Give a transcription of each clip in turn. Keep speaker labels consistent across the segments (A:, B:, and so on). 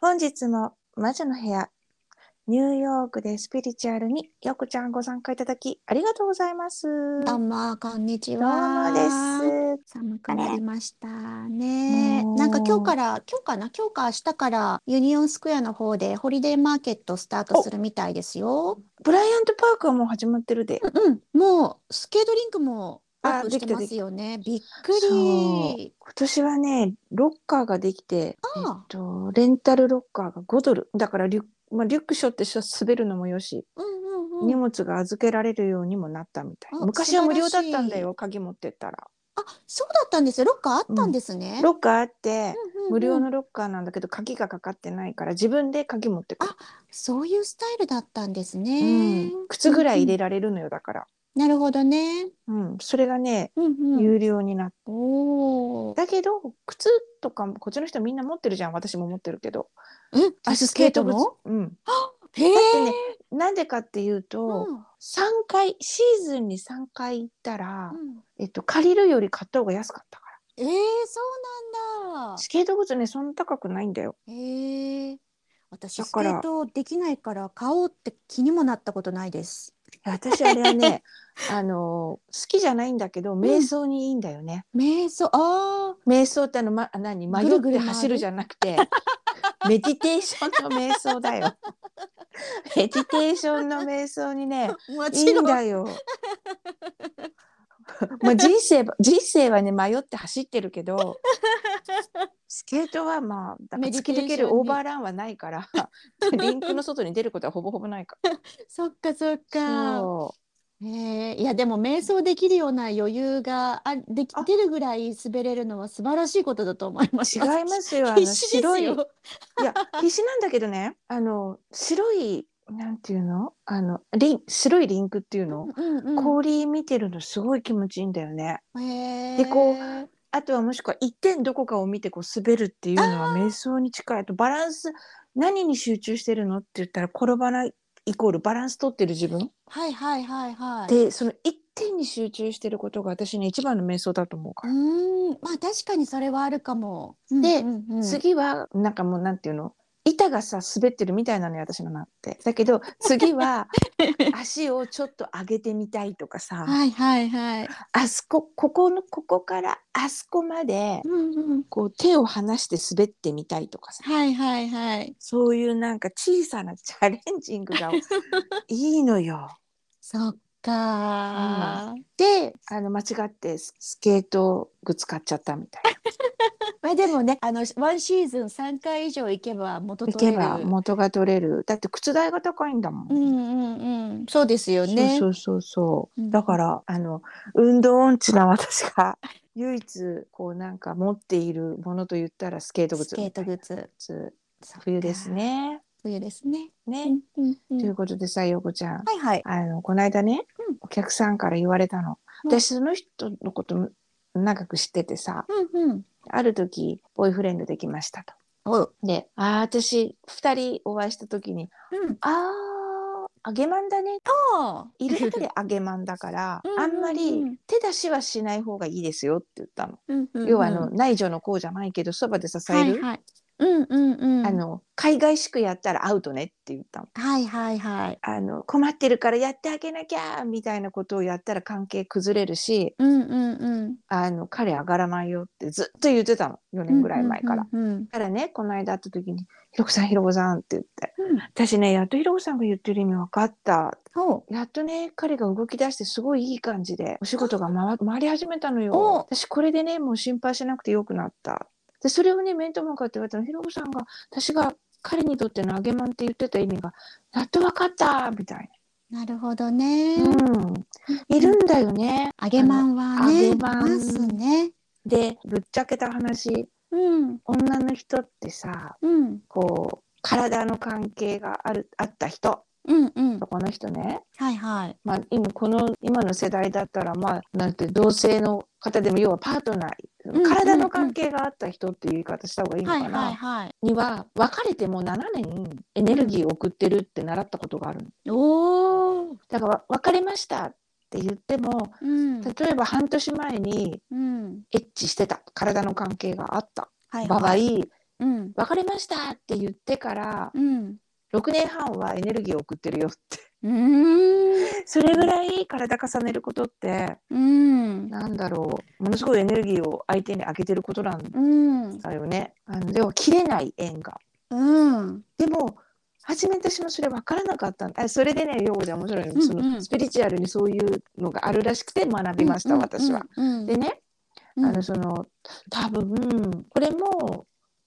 A: 本日も魔女の部屋、ニューヨークでスピリチュアルによくちゃんご参加いただきありがとうございます。
B: どうもこんにち
A: どう
B: は。
A: もです。
B: 寒くなりましたね。
A: もう
B: なんか今日から今日かな今日か明日からユニオンスクエアの方でホリデーマーケットスタートするみたいですよ。
A: ブライアントパークはもう始まってるで。
B: うん、もうスケートリンクもオープン
A: あで
B: し
A: き
B: て
A: た
B: ますよね。びっく
A: そう
B: り。
A: 今年はね、ロッカーができて、えっ
B: あ
A: と、レンタルロッカーが5ドル。だからリュック、まあ、リュック背負ってしょ滑るのもよし、
B: うんうんう
A: 荷
B: ん。
A: 物が預けられるようにもなったみたい。
B: あ
A: 昔は無料だったんだ
B: 素晴ら
A: よ、鍵持ってったら。
B: あ、そうだったんですよ。ロッカーあったんですね。
A: ロッカーあって、
B: うんうんうん
A: 無料のロッカーなんだけど鍵がかかってないから自分で鍵持ってくる、
B: そういうスタイルだったんです
A: う
B: ね。
A: ん、靴ぐらい入れられるのよだから、
B: なるほどね。
A: うん、それがね
B: うんうん。
A: 有料になって、
B: おお。
A: だけど靴とかもこっちの人みんな持ってるじゃん私も持ってるけど
B: え、アイススケート
A: 靴
B: の？
A: うん
B: へえ。
A: なんでかっていうと、
B: うん
A: 3回シーズンに3回行ったら、
B: うん
A: えっと、借りるより買った方が安かったか
B: ええそうなん
A: ら
B: だ
A: ス。ケート靴ねそんな高くないん だよ
B: ええ私
A: だ
B: スケ
A: から
B: ートできないから買おうって気にもなったことないです。
A: いや私あれはねあの好きじゃないんだけど瞑想にいいんだよね、
B: 瞑想あ
A: 瞑想ってあの、ま、あ何迷
B: ぐる
A: って
B: ぐる回る
A: 走るじゃなく てメディテーションの瞑想だよ。メディテーションの瞑想にね
B: あも
A: いいんだよ。まあ人生は人生はね迷って走ってるけどスケートはまあだから
B: メデ
A: 突
B: ィテ
A: き
B: ーション
A: 抜
B: に
A: けるオーバーランはないから リンクの外に出ることはほぼほぼないか
B: そっかそっ
A: ら。
B: か。
A: そう
B: ええいやでも瞑想できるような余裕があでき
A: あ
B: てるぐらい滑れるのは素晴らしいことだと思います。
A: 違いますよあの
B: 必死です
A: 白い
B: よ。
A: いや必死なんだけどねあの白いなんていうのあのリン白いリンクっていうの、
B: うんうん
A: 氷見てるのすごい気持ちいいんだよね。
B: ええ
A: でこあとはもしくは一点どこかを見てこう滑るっていうのは瞑想に近いあとバランス何に集中してるのって言ったら転ばないイコールバランス取ってる自分、
B: はいはいはいはい。
A: でその一点に集中してることが私ね一番の瞑想だと思うか
B: う
A: ら、
B: ーん、まあ確かにそれはあるかも。
A: で
B: うんうんうん
A: 次はなんかもうなんていうの板がさ滑ってるみたいなのよ私のなってだけど次 は足をちょっと上げてみたいとかさ、
B: はいはいはい。
A: あそこここのここからあそこまで
B: うんうん。
A: こう手を離して滑ってみたいとかさ
B: はいはいはい。
A: そういうなんか小さなチャレンジング がいいのよ。
B: そっかー。
A: であの間違ってススケート靴買っちゃったみたい
B: まあでもね、あのワンシーズン三回以上行けば元
A: な。行
B: 取れ
A: け
B: る。
A: ば元が取れるだって靴代が高いんだもん。
B: うんうんうん。そうですよね。
A: そうそうそうそう
B: うん
A: だからあの運動音痴な私が 唯一こうなんか持っているものと言ったらスケート靴
B: スケートグッズ。
A: 靴冬です。ね。
B: 冬ですね。
A: ね、
B: うんうんうん
A: ということでさ陽子ちゃん
B: はいはい。
A: あのこの間ね、
B: うん
A: お客さんから言われたの、
B: うん
A: 私その人のこと長く知っててさ
B: うんうん。
A: ある時ボーイフレンドできましたと。
B: おう。
A: であー私2人お会いした時に
B: うん。
A: 「あーあげまんだね」
B: ああ。
A: いるだけであげまんだから
B: うんうんうん
A: あんまり手出しはしない方がいいですよって言ったの。
B: うんうんうん。
A: 要はあの、内助の功じゃないけどそばで支える、
B: はいはい。うんうんうん。
A: あ。の海外しくやったらアウトねって言ったの。
B: はいはいはい。
A: あの困ってるからやってあげなきゃみたいなことをやったら関係崩れるし
B: うんうんうん。
A: あの彼上がらないよってずっと言ってたの4年ぐらい前から。だ
B: うんうんうん
A: からねこの間会った時に「ひろこさんひろこさん」って言って
B: うん。うん
A: 「私ねやっとひろこさんが言ってる意味分かった」
B: そう。
A: やっとね彼が動き出してすごいいい感じでお仕事が回回り始めたの
B: お
A: よ私これでねもう心配しなくてよくなったでそれをね面と向かって言われたのひろこさんが私が彼にとっての揚げまんって言ってた意味がやっと分かったみたいな。
B: なるほどね。
A: うん、いるんだよね。
B: 揚げまんはね、
A: 揚げ
B: い
A: まん
B: ますね。
A: でぶっちゃけた話
B: うん、
A: 女の人ってさ
B: うん、
A: こう体の関係があるあった人
B: うん、うん。
A: この人ね、
B: はいはい。
A: まあ、今この今の世代だったらまあなんて同性の方でも要はパートナ
B: んうんう
A: ー
B: ん
A: 体の関係があった人っていう言い方した方がいいの
B: は
A: か
B: い
A: な、
B: はいはい。
A: には別れてもう7年エネルギーを送ってるって習ったことがあるの
B: おお。
A: だから別れましたって言っても
B: うん、
A: 例えば半年前に
B: うん。
A: エッチしてた体の関係があった
B: はい
A: 場合、
B: はい。うん。
A: 別れましたって言ってから
B: うん。
A: 6年半はエネルギーを送ってるよって
B: うーん。
A: それぐらい体重ねることって
B: うん。
A: なんだろうものすごいエネルギーを相手にあげてることなん
B: うん。
A: だよね。あのでも切れない縁が。
B: うん。
A: でも初め私もそれ分からなかったんだあそれでね陽子ちゃん面白いの,、
B: うんうん
A: そのスピリチュアルにそういうのがあるらしくて学びました、私は。。
B: うん。
A: でね
B: うん、
A: あのその多分これも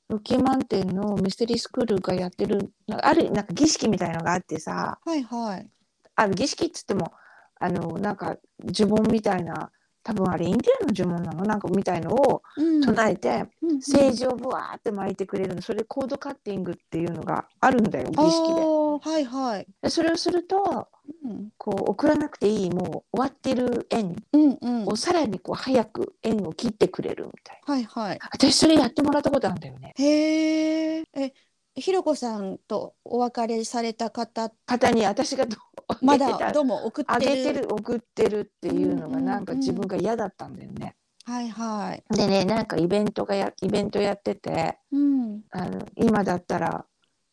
A: ロッキーマウンテンのミステリースクールがやってるなんかあるなんか儀式みたいのがあってさ
B: はいはい。
A: あ儀式っつってもあのなんか呪文みたいな多分あれインディアンの呪文なのなんかみたいのを
B: うん。
A: 唱えて、
B: うん。
A: セージをぶわーって巻いてくれるのそれコードカッティングっていうのがあるんだよ儀
B: あ
A: 式で。
B: ーはいはい。
A: でそれをすると
B: うん。
A: こう送らなくていいもう終わってる縁
B: うん。うん。
A: をさらにこう早く縁を切ってくれるみたい
B: はいはい。
A: な私それやってもらったことあるんだよね
B: へえ。え、ひろこさんとお別れされた方、
A: 方に私がどう
B: ま
A: あげて
B: だ
A: た
B: どうも送っ
A: あ
B: て
A: げて
B: る。
A: る送ってるっていうの
B: うんうんう
A: が
B: ん
A: なんか自分が嫌だったんだよね、
B: はいはい。
A: でねなんかイベントがやイベントやってて
B: うん。
A: あの今だったら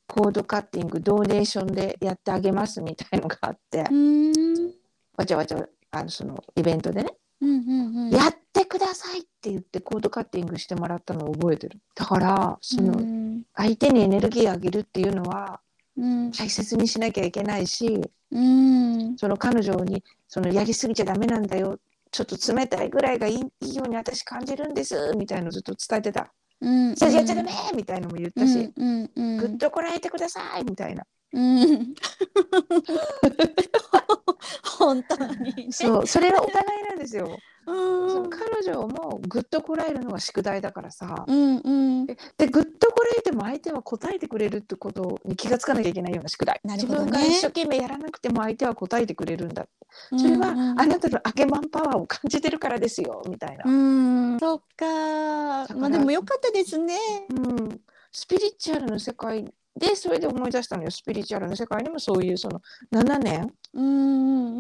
A: コードカッティングドネーションでやってあげますみたいのがあって、
B: うーん。
A: わちゃわちゃあのそのイベントでね
B: うんうんうん。
A: やってくださいって言ってコードカッティングしてもらったのを覚えてるだからその、
B: うん
A: 相手にエネルギーあげるっていうのは
B: うん
A: 大切にしなきゃいけないし
B: うん
A: その彼女にそのやりすぎちゃダメなんだよちょっと冷たいぐらいがいいいいように私感じるんですみたいのずっと伝えてた
B: う
A: 「
B: ん
A: それやっちゃダメ!」みたいのも言ったし。
B: うんうん
A: ぐっとこらえてくださいみたいな、
B: うんうん本当にね
A: そうそれはお互いなんですよ、
B: うん
A: その彼女もぐっとこらえるのが宿題だからさ、
B: うんうん
A: でぐっとこらえても相手は答えてくれるってことに気がつかなきゃいけないような宿題、
B: なる
A: 自
B: ほどね
A: 分が一生懸命やらなくても相手は答えてくれるんだそれは
B: うん
A: あなたのあけまんパワーを感じてるからですよみたいな、
B: うんそっか
A: から
B: まあでも良かったですね
A: うん、スピリチュアルの世界でそれで思い出したのよスピリチュアルの世界にもそういうその7年
B: う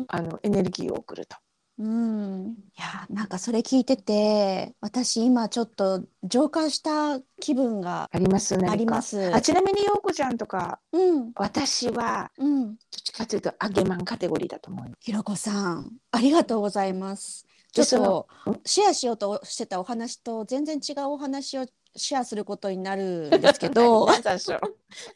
B: ん
A: あのエネルギーを送ると。
B: うんいやなんかそれ聞いてて私今ちょっと浄化した気分が
A: ありますね。。
B: ありますす
A: あちなみに陽子ちゃんとか
B: うん
A: 私は
B: うん
A: どっちかというとあげまんカテゴリーだと思うよ。
B: ひろこさん、ありがとうございます。ち
A: で
B: ょ
A: そ
B: っとシェアしようとしてたお話と全然違うお話をシェアすることになるんです けど、
A: なぜでしょう。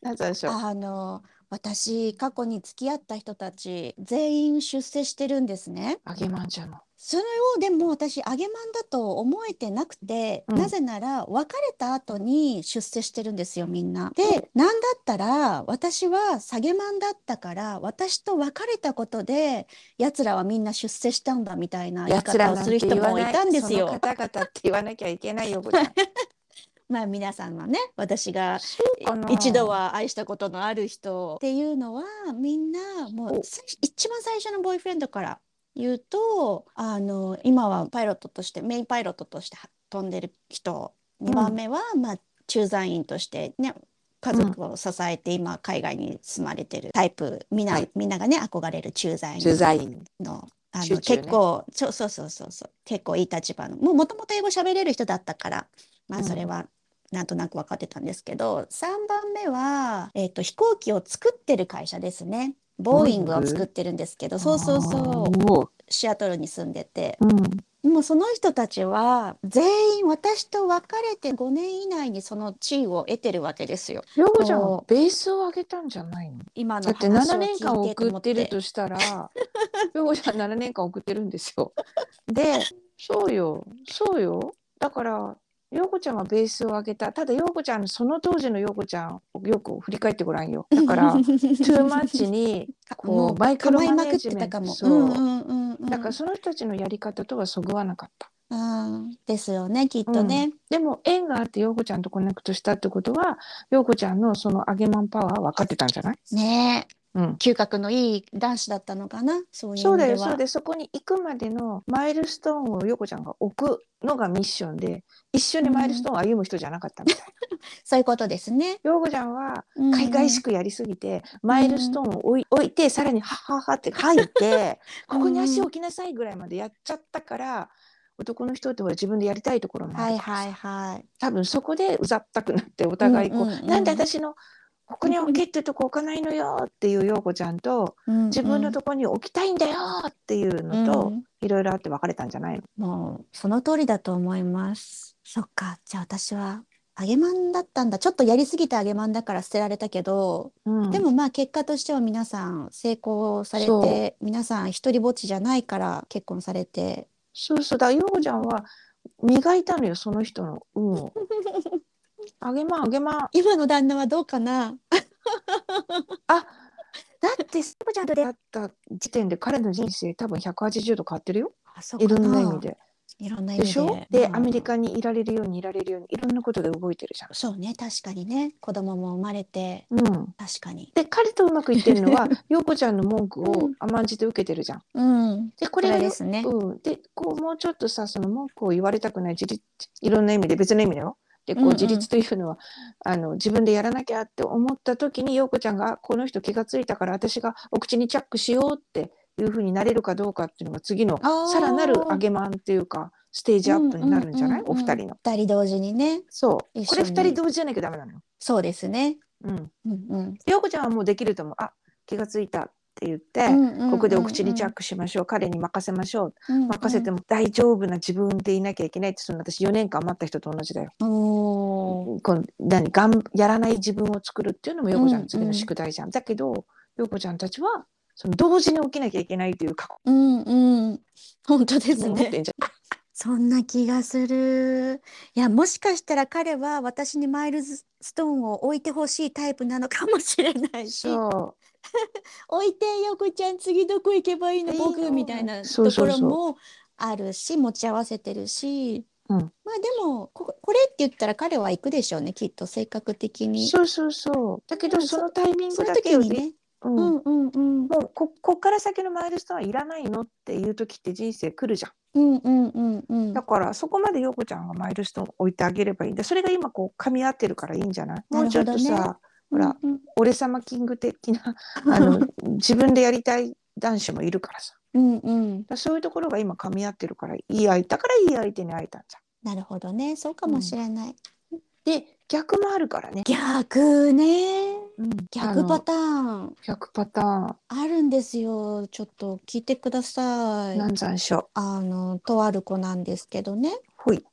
A: なぜで しょう。
B: あの私過去に付き合った人たち全員出世してるんですね。
A: あげまんじゃの。
B: それをでも私揚げまんだと思えてなくて、
A: うん
B: なぜなら別れた後に出世してるんですよみんな。でなんだったら私は下げまんだったから私と別れたことでやつらはみんな出世したんだみたいな言い
A: 奴
B: 方
A: ら
B: を
A: なん
B: す
A: て
B: る人
A: 言わ
B: もい
A: ない
B: たんです
A: その
B: よ。
A: 方々って言わなきゃいけないよ、これ。
B: まあ皆さんはね私が
A: うかな
B: 一度は愛したことのある人っていうのはみんなもう
A: お
B: 最初一番最初のボーイフレンドから言うとあの今はパイロットとしてメインパイロットとしては飛んでる人
A: ん
B: 2番目は、まあ、駐在員としてね家族を支えて今海外に住まれてるタイプみんな,、
A: はい
B: みんながね憧れる駐在
A: 取
B: 員
A: 材員。
B: のあの
A: 集中ね
B: 結構そうそうそうそうそう結構いい立場のもうもともと英語喋れる人だったからま
A: う
B: あ
A: ん
B: それはなんとなく分かってたんですけど、3番目は、えっと飛行機を作ってる会社ですねボーイング
A: ボーイン
B: を
A: グ
B: 作ってるんですけどそうそうそう
A: う。
B: シアトルに住んでて
A: うん。
B: もうその人たちは全員私と別れて5年以内にその地位を得てるわけですよ
A: ヨゴちゃん
B: そ、
A: ベースを上げたんじゃないの
B: 今
A: だ
B: の
A: って
B: 話
A: 7
B: を聞
A: 年
B: いてと
A: 間
B: 思
A: 送ってる
B: て
A: としたら、 ヨゴちゃん7年間送ってるんですよ。で、そうよ、そうよ。だから、ヨゴちゃんはベースを上げた。ただ、ヨゴちゃん、その当時のヨゴちゃん、よく振り返ってごらんよ。だ から、トゥーマッチに、こ
B: も
A: う、
B: う
A: マイクロ
B: 構い
A: マ
B: ま
A: ネ
B: く
A: ー
B: っ
A: ジ
B: て
A: メ
B: た
A: ン
B: か
A: ト。そ
B: も。
A: う。
B: んうんうんうん
A: だからその人たちのやり方とはそぐわなかった。
B: うんですよね、きっとね。
A: でも縁があって陽子ちゃんとコネクトしたってことは陽子ちゃんのその揚げまんパワーは分かってたんじゃない、
B: ねえ
A: うん、
B: 嗅覚のいい男子だったのかな、そういう意
A: そう
B: 味
A: だ
B: で
A: よ
B: は。
A: そうでそこに行くまでのマイルストーンを陽子ちゃんが置くのがミッションで一緒にマイルストーンを歩む人じゃなかったみたい、
B: そういうことですね。
A: 陽子ちゃんは
B: うん
A: 海外しくやりすぎて、マイルストーンを置い置いてさらにはっはっはって吐いて、ここに足を置きなさいぐらいまでやっちゃったから男の人ってほら自分でやりたいところもあ
B: はい
A: るからさ
B: はいはい。
A: 多分そこでうざったくなってお互いこう,、
B: うんうんうん
A: なんで私のここに置けってとこ置かないのよっていう陽子ちゃんと自分のとこに置きたいんだよっていうの
B: う
A: と
B: ん
A: いろいろあって別れたんじゃないの
B: もうその通りだと思います。そっか、じゃあ私は揚げまんだったんだ。ちょっとやりすぎて揚げまんだから捨てられたけど、
A: うん
B: でもまあ結果としては皆さん成功され
A: そ
B: て、皆さん一人ぼっちじゃないから結婚されて。
A: そうそうだから陽子ちゃんは磨いたのよその人の運を あげまんあげまん
B: 今の旦那はどうかな
A: あ
B: だって、さこちゃんと出
A: だ
B: 会っ
A: った時点で彼の人生多分180度変わってるよ
B: あ、そう
A: いろんな意
B: か
A: 味で
B: いろんな意
A: で
B: 味
A: しょ
B: で。
A: で
B: うん
A: アメリカにいられるようにいられるようにいろんなことで動いてるじゃん
B: そうね、確かにね。子供も生まれて、
A: うん
B: 確かに。
A: で彼とうまくいってるの は陽子ちゃんの文句
B: う
A: を
B: ん
A: 甘んじて受けてるじゃん。
B: うん。
A: でこ
B: こ
A: れが
B: れ
A: よ
B: ですね。
A: うん、でこうもうちょっとさその文句を言われたくない自立いろんな意味で別の意味だよ。でこ
B: うん
A: う
B: うん
A: 自立というのは、あの自分でやらなきゃって思った時に陽子ちゃんがあこの人気がついたから私がお口にチャックしようっていうふうになれるかどうかっていうのが次の
B: あー
A: さらなる上げまんっていうかステージアップになるんじゃない、
B: うんうんうんうん
A: お二人の。
B: 二人同時にね。
A: そう
B: 一
A: こ
B: 緒
A: れ
B: に
A: 二人同時じゃなきゃダメなのよ。
B: そうですね。
A: うん、
B: うんうん。
A: 陽子ちゃんはもうできると思うあ気がついたって言って、ここでお口にチャックしましょう彼に任せましょう
B: ク
A: 任せても大丈夫な自分でいなきゃいけないってその私4年間待った人と同じだよ。
B: おー
A: この何がんやらない自分を作るっていうのも陽子ちゃんの次
B: うん
A: の
B: うん
A: 宿題じゃん。だけど陽子ちゃんたちはその同時に起きなきゃいけないという過去
B: うんうん。本当です
A: を持って
B: ね。
A: んじゃん。
B: そんな気がする。いや、もしかしたら彼は私にマイルズストーンを置いてほしいタイプなのかもしれないし、
A: そう
B: 置いてよこちゃん次どこ行けばいいの
A: いいの
B: 僕みたいな
A: そう
B: と
A: そ
B: こ
A: う
B: ろ
A: そう
B: もあるし、持ち合わせてるし。
A: うん
B: まあでも、こ、これって言ったら彼は行くでしょうね、きっと性格的に。
A: そうそうそうだけ
B: う
A: ど
B: ん
A: そのタイミン
B: そ
A: グだ
B: の時
A: けを
B: にね。
A: うん
B: うん
A: も
B: うんうん。
A: うここっから先のマイルストーンはいらないのっていう時って人生来るじゃん。
B: うんうんうんうん。
A: だからそこまで陽子ちゃんがマイルストーン置いてあげればいいんだそれが今こう噛み合ってるからいいんじゃないもうちょっと
B: なるほど
A: さ、ほら
B: うんうん
A: 俺様キング的 なあの自分でやりたい男子もいるからさだか
B: うんうん。
A: らそういうところが今噛み合ってるからいい相手だからいい相手に会えたんじ
B: なるほどね。そうかもしれない。
A: ゃん。で逆もあるからね、
B: 逆ね。
A: うん、
B: 逆パター
A: ー
B: ン
A: ン逆パターン
B: あるんですよ。ちょっと聞いてください。
A: 南山症
B: あの、とある子なんですけどね。
A: ほい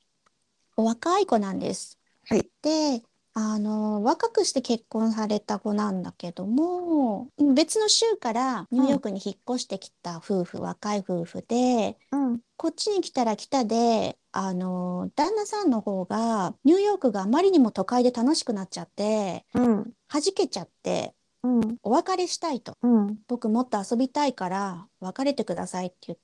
B: お若い子なんです。
A: はい
B: で、あの、若くして結婚された子なんだけども、別の州からニューヨークに引っ越してきた夫婦、若い夫婦で、
A: うん
B: こっちに来たら来たで、あの、旦那さんの方が、ニューヨークがあまりにも都会で楽しくなっちゃって、
A: うん
B: 弾けちゃって、
A: うん
B: お別れしたいと。
A: うん
B: 僕もっと遊びたいから、別れてくださいって言っ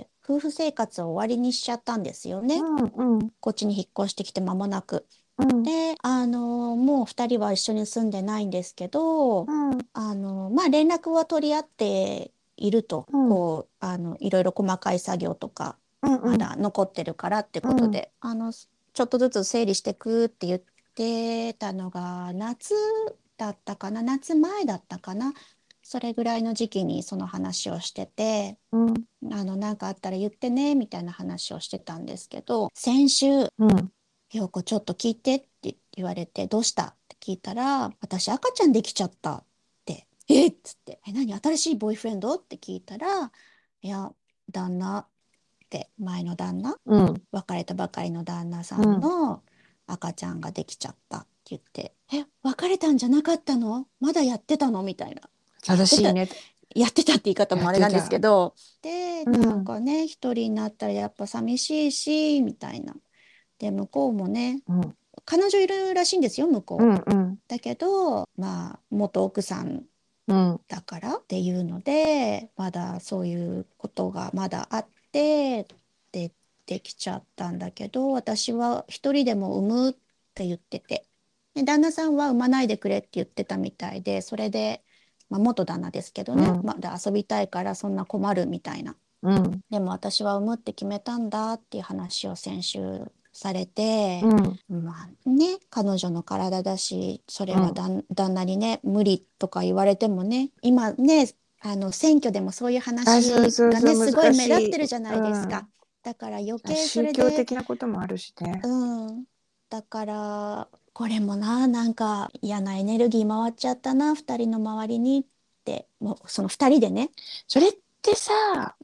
B: て、夫婦生活を終わりにしちゃったんですよね。
A: うんうん
B: こっちに引っ越してきて間もなく。
A: うん
B: で、あの、もう二人は一緒に住んでないんですけど、
A: うん
B: あの、まあ、連絡は取り合っていると、
A: うん
B: こう、あの、いろいろ細かい作業とか、
A: うん
B: まだ残ってるからってことで、あのちょっとずつ整理してくって言ってたのが夏だったかな夏前だったかなそれぐらいの時期にその話をしてて
A: うん
B: あのなんかあったら言ってねみたいな話をしてたんですけど先週
A: うん
B: 「陽子ちょっと聞いて」って言われて「どうした?」って聞いたら「私赤ちゃんできちゃった」って「えっ?」つって「え何新しいボーイフレンド?」って聞いたら「いや旦那」って前の旦那
A: うん
B: 別れたばかりの旦那さんの赤ちゃんができちゃったって言って「え別れたんじゃなかったのまだやってたの?」みたいな
A: 正しいね
B: やってたって言い方もあれなんですけどで
A: うん
B: なんかね一人になったらやっぱ寂しいしみたいなで向こうもね
A: うん
B: 彼女いるらしいんですよ向こう、
A: うんうん
B: だけどまあ元奥さん
A: うん
B: だからっていうのでまだそういうことがまだあってでできちゃったんだけど私は一人でも産むって言っててで旦那さんは産まないでくれって言ってたみたいでそれで、まあ、元旦那ですけどね、
A: うん
B: まだ遊びたいからそんな困るみたいな
A: うん
B: でも私は産むって決めたんだっていう話を先週されて。
A: うん
B: まあね、彼女の体だし、それ
A: う
B: は
A: ん
B: だん、旦那にね、無理とか言われてもね、今ね、あの選挙でもそういう話
A: あそうそうそう
B: がね、すごい
A: 難しい
B: 目立ってるじゃないですか。だから余計そ
A: 宗
B: れ
A: 教
B: で、
A: 的なこともあるしね。
B: うん、だからこれもななんか嫌なエネルギー回っちゃったな2人の周りにってもうその2人でね、
A: それってさ、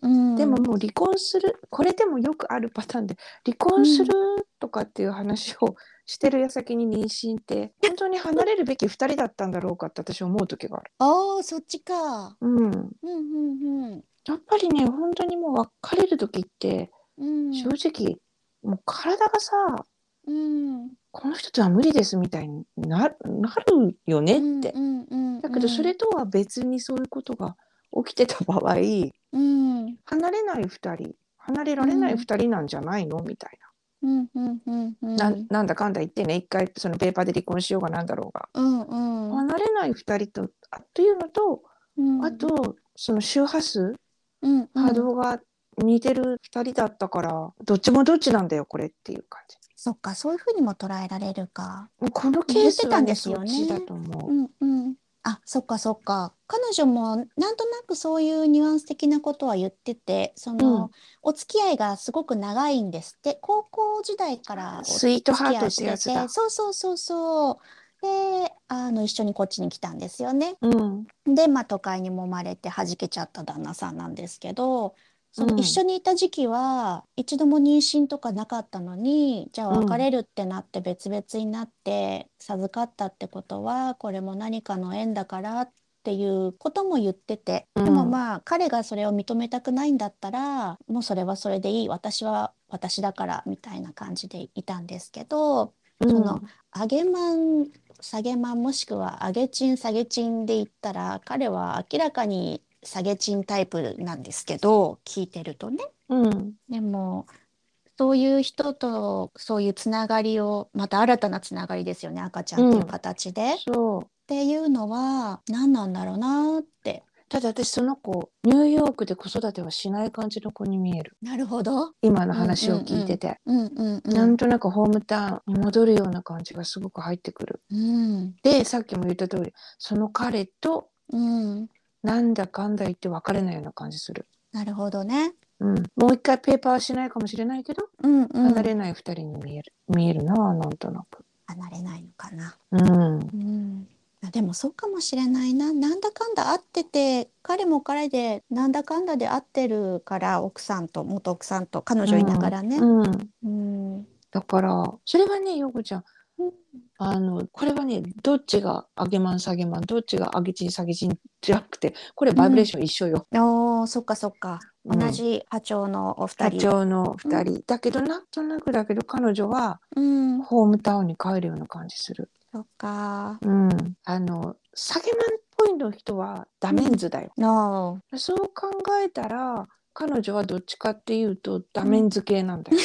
B: うん、
A: でももう離婚するこれでもよくあるパターンで離婚するとかっていう話をしてる矢先に妊娠って本当に離れるべき2人だったんだろうかって私思う時がある。
B: ああそっちか
A: うん、
B: うんうん
A: やっぱりね本当にもう別れる時って
B: うんうん
A: 正直、もう体がさ
B: うん
A: この人とは無理ですみたいにななるよねって。
B: うんうんうん
A: だけどそれとは別にそういうことが起きてた場合
B: うんうん
A: 離れない2人離れられない2人なんじゃないのみたいな。
B: うんうんうんうん
A: ななんだかんだ言ってね一回そのペーパーで離婚しようがなんだろうが
B: うんうん
A: 離れない2人とあというのと、
B: うん
A: あとその周波数
B: うんうん
A: 波動が似てる2人だったから、どっちもどっちなんだよこれっていう感じ
B: そっかそういうふうにも捉えられるか
A: もうこのケースは、ね、
B: 言ってたんですよね
A: そっちだと思う、
B: うんうんあそっかそっか彼女もなんとなくそういうニュアンス的なことは言っててその、
A: うん
B: お付き合いがすごく長いんですって高校時代からお
A: スイートハート
B: お
A: っ
B: 付
A: て
B: き合
A: や
B: い
A: つだ
B: てそうそうそうそうであの一緒にこっちに来たんですよね
A: うん
B: で、まあ、都会に揉まれて弾けちゃった旦那さんなんですけどそうの
A: ん
B: 一緒にいた時期は一度も妊娠とかなかったのにじゃあ
A: うん
B: 別れるってなって別々になって授かったってことはこれも何かの縁だからっていうことも言ってて
A: うん
B: でもまあ彼がそれを認めたくないんだったらもうそれはそれでいい私は私だからみたいな感じでいたんですけど。
A: うん
B: その上げまん下げまんもしくは上げちん下げちんで言ったら彼は明らかに下げちんタイプなんですけど聞いてるとね
A: うん
B: でもそういう人とそういうつながりをまた新たなつながりですよね赤ちゃんっていう形で、っ
A: そう
B: ていうのは何なんだろうなって
A: ただ私その子ニューヨークで子育てはしない感じの子に見える
B: なるほど
A: 今の話を聞いてて、
B: うんうんう
A: なん
B: ん
A: となくホームタウンに戻るような感じがすごく入ってくる
B: うん
A: でさっきも言った通りその彼と
B: うん
A: なんだかんだ言って別れないような感じする、
B: なるほどね
A: うん、もう一回ペーパーはしないかもしれないけど
B: うんうん
A: 離れない2人に見える、見えるななんとなく
B: 離れないのかな
A: うん
B: うん、あでもそうかもしれないな。なんだかんだ会ってて、彼も彼でなんだかんだで会ってるから、奥さんと元奥さんと彼女いながらね。
A: うん、
B: うん、
A: だからそれはねようこちゃん
B: うん
A: あのこれはねどっちが上げまん下げまんどっちが上げちん下げちんじゃなくてこれバイブレーション一緒よ、
B: おー、そっかそっか。
A: うん
B: 同じ波長のお二
A: 社
B: 人。
A: 長の2人、だけどなんとなくだけど彼女は
B: うん、
A: ホームタウンに帰るような感じする
B: そっか。
A: うん、あの下げマンっぽいの人はダメンズだよ、
B: No.
A: そう考えたら彼女はどっちかっていうとダメンズ系なんだよ、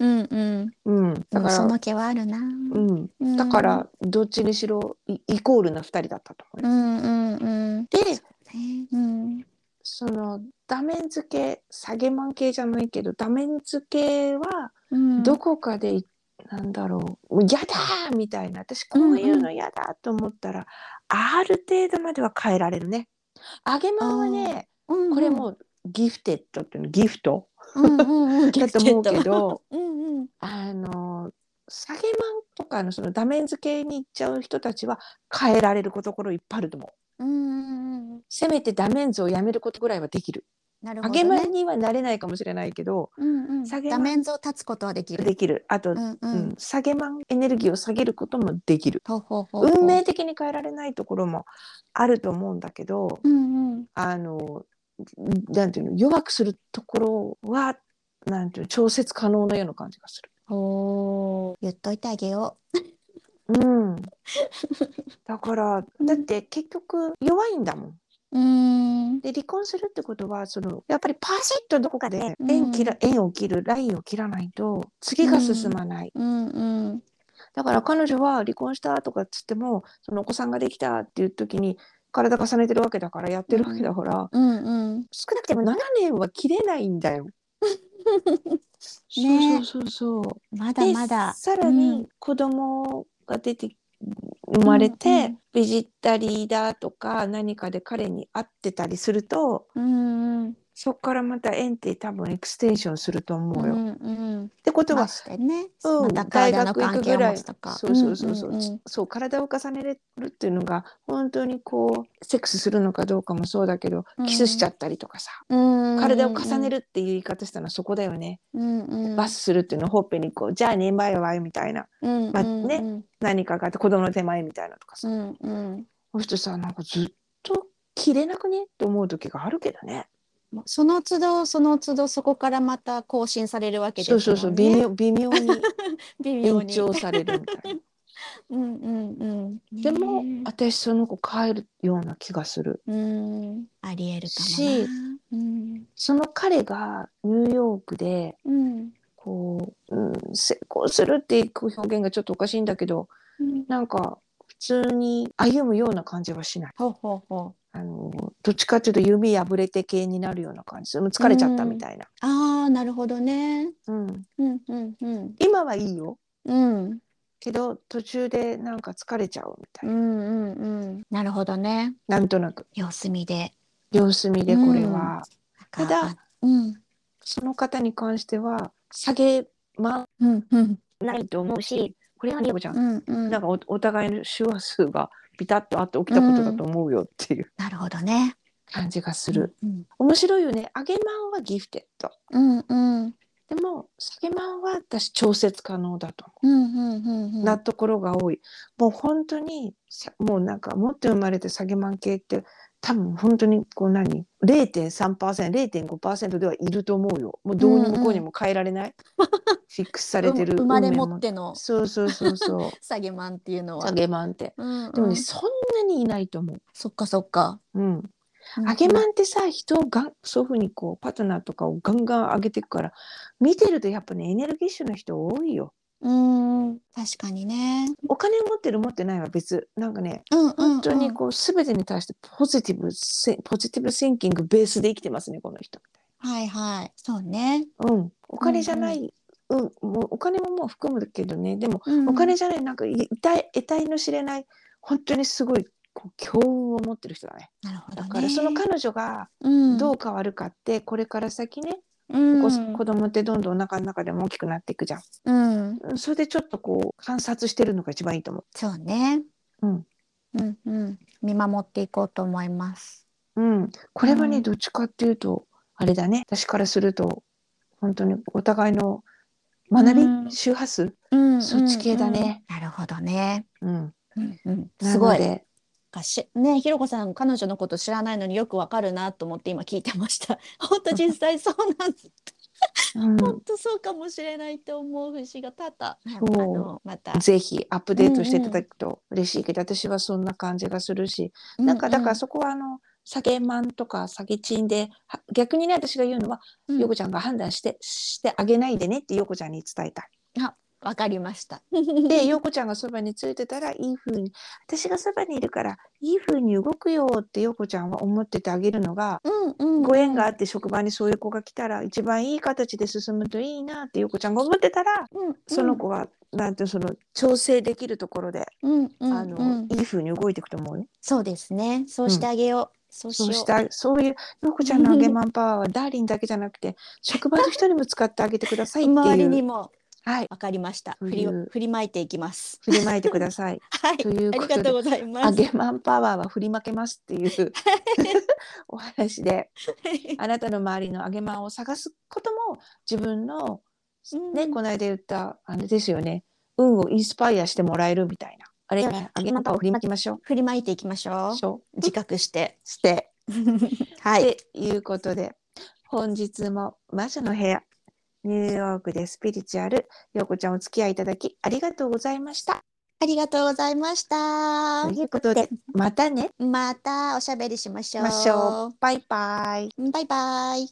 B: うんうん。
A: うん、
B: で
A: だ
B: も
A: か
B: そ
A: ら
B: の気はあるな。
A: うん、
B: うん
A: だからどっちにしろイイコールな2人だったと思う
B: う
A: よ、
B: んうんうん。
A: で
B: ねうん
A: そのダメンズ系下げマン系じゃないけどダメンズ系は
B: うん
A: どこかで、なんだろう「やだ!」みたいな私こういうのやだと思ったら、ある程度までは変えられるね。上げまんはね
B: うんうん
A: これもうギフテッドっていうのギフト
B: うんうんうん。
A: だと思うけど
B: うんうん。
A: あの下げマンとかのそのダメンズ系に行っちゃう人たちは変えられるところいっぱいあると思う
B: うんうんうん。
A: せめてダメンズをやめることぐらいはできる
B: なる
A: 上
B: ほ
A: げ
B: ど
A: マ
B: ね
A: ン。にはなれないかもしれないけど
B: うんうん、
A: 下げ
B: 画
A: ま
B: 面上立つことはできる。
A: できるあと、う
B: うんんうん。
A: 下げマンエネルギーを下げることもできる
B: ほうほうほうほう
A: 運命的に変えられないところもあると思うんだけど
B: うんうん。
A: あのなんていうの弱くするところはなんていうの調節可能なような感じがする。
B: ほう。言っといてあげよ
A: うん、だからだって結局弱いんだもん。
B: う。うーん。
A: で離婚するってことはそのやっぱりパシッとどこかで
B: うん
A: 縁切ら、縁を切るラインを切らないと次が進まない、
B: うんうん。
A: だから彼女は離婚したとかっつってもそのお子さんができたっていう時に体重ねてるわけだからやってるわけだから、
B: うんうん。
A: 少なくても7年は切れないんだよ。そうそ
B: ね
A: うそうそう。
B: まだ
A: で
B: まだ。
A: さら
B: うん
A: に子供が出て生まれて、
B: うんうん
A: ベジタリーだとか何かで彼に会ってたりすると
B: うんうん。
A: そこからまた園って多分エクステンションすると思うよ。
B: う
A: っ
B: んうん。
A: てこと
B: ま
A: は、
B: してね。
A: うん
B: また
A: 大
B: 体の
A: 学行
B: 関
A: く
B: 係
A: ぐ
B: を
A: ら
B: 持
A: い
B: つとか。
A: そうそうそうそう,、
B: んんん
A: そう体を重ねれるっていうのが本当にこうセックスするのかどうかもそうだけど
B: うん
A: キスしちゃったりとかさ、
B: うんうん。
A: 体を重ねるっていう言い方したのはそこだよね、
B: うんうん。
A: バスするっていうのをほっぺにこうじゃあねバイバイみたいな
B: うんうんうん。
A: まあね何かがあって子供の手前みたいなとか
B: う
A: さ、
B: んうん。
A: そしてさなんかずっと切れなくねって思う時があるけどね
B: もうその都度その都度そこからまた更新されるわけです
A: そ
B: も
A: う
B: んね。
A: そうそう微妙微妙に
B: 微妙
A: 延
B: に。
A: 長されるみたい な。
B: うんうんうん。
A: でも
B: ね
A: 私その子帰るような気がする。
B: うんありえるかもな。
A: し
B: うん
A: その彼がニューヨークで
B: うん
A: こう、うん、成功するっていう表現がちょっとおかしいんだけど
B: うん。
A: なんか普通に歩むような感じはしない
B: ほうほうほう。
A: あのどっちかっていうと指破れて系になるような感じもう疲れちゃったみたいな、
B: ああなるほどね。
A: うん
B: うんうんうん
A: 今はいいよ
B: うん
A: けど途中でなんか疲れちゃうみた
B: う
A: いな、
B: んうんうん。なるほどね。
A: なんとなく
B: 様子見で。
A: 様子見でこれは、
B: なんか
A: ただ、
B: うん
A: その方に関しては下げま
B: うんうん
A: ないと思うしこれはリオちゃん
B: うんうん。
A: なん
B: な
A: かおお互いの周波数がピタッとあって起きたことだと思うよっていう
B: るほどね。
A: 感じがする。
B: うん
A: 面白いよね。揚げまんはギフテッド。
B: うんうん
A: でも、下げまんは私調節可能だと思
B: うんうんうんう
A: う。
B: ん。
A: なところが多い。もう本当にさ、もうなんか、持って生まれて下げまん系って、多分本当にこう何 ?0.3%、0.5%ではいると思うよ。もうどうにもこうにも変えられない。フィックスされてる
B: 生まれ
A: 運命
B: 持っての
A: そうそうそうそう。
B: 下げマンっていう のは。
A: 下げまんって。
B: うんうん
A: でもね、そんなにいないと思う。
B: そっかそっか。
A: うん。
B: うん
A: 揚げまんってさ人をがんそういうふうにこうパートナーとかをガンガン上げていくから見てるとやっぱねエネルギッシュな人多いよ
B: うん確かにね。
A: お金を持ってる持ってないは別なんかね
B: うんうん、
A: 本当にこう全てに対してポジティブせポジティブシンキングベースで生きてますねこの人
B: はいはい。そうね。
A: うんお金じゃない、うんもうお金ももう含むけどねでも
B: うん
A: お金じゃないなんかい得体得体の知れない本当にすごいこう強運を持ってる人だね
B: なるほど、
A: だ
B: ね。
A: からその彼女が
B: うん、
A: どう変わるかって、これから先ね
B: うん、
A: こ子供ってどんどんお腹の中でも大きくなっていくじゃん。
B: うん、
A: うんそれでちょっとこう観察してるのが一番いいと思
B: そうね。
A: うん、
B: うん、うん、見守っていこうと思います。
A: う。うん、これはね、
B: うん
A: どっちかっていうとあれだね私からすると本当にお互いの学び、
B: うん
A: 周波数、
B: うん
A: そっち系だね。
B: うんうんなるほどね。
A: うん、
B: うん、うん、
A: なのです
B: ごい。かしね、ひろこさん、彼女のこと知らないのによくわかるなと思って今聞いてました。 本当実際そうなんです。
A: うん
B: 本、当そうかもしれないと思う節が多々。
A: う
B: あの、また。
A: ぜひアップデートしていただくと嬉しいけど、私はそんな感じがするしなんかだからそこはあの下げマンとか下げチンでは逆にね私が言うのは、
B: うん、うん
A: ヨコちゃんが判断してしてあげないでねってヨコちゃんに伝えたい。
B: わかりました。
A: で、陽子ちゃんがそばについてたらいい風に、私がそばにいるからいい風に動くよって陽子ちゃんは思っててあげるのが、
B: うんうん、
A: ご縁があって職場にそういう子が来たら一番いい形で進むといいなって陽子ちゃんが思ってたら、
B: うんうん、
A: その子は、なんてその調整できるところで、
B: うんうんうん、
A: あの、いい風に動いていくと思うね。
B: そうですね。そうしてあげよう。そうし
A: そ
B: よ
A: う
B: う。
A: した、そういう陽子ちゃんのあげマンパワーはダーリンだけじゃなくて、職場の人にも使ってあげてくださいって
B: 周り
A: い
B: に
A: う。
B: も
A: はい。
B: わかりました。
A: そう
B: 振
A: い
B: り
A: う
B: を振りまいていきます。
A: 振りまいてください。
B: はい。
A: という
B: あ
A: ことで
B: りがとうございま
A: あ
B: す。
A: げマンパワーは振りまけますっていう お話であなたの周りのあげマンを探すことも自分の、ね
B: うん
A: この間言ったあれですよね運をインスパイアしてもらえるみたいなあれ
B: はい
A: あげマンパワーを振りまきましょ
B: 振りまいていきましょ
A: う。しょ
B: う。自覚して。
A: して、
B: はい。
A: ということで本日も魔女の部屋ニューヨークでスピリチュアル陽子ちゃんお付き合いいただきありがとうございました。
B: ありがとうございました
A: と。いうことでまたね
B: またおしゃべりしましょう。
A: ましょう。バイバイ。
B: バイバイ。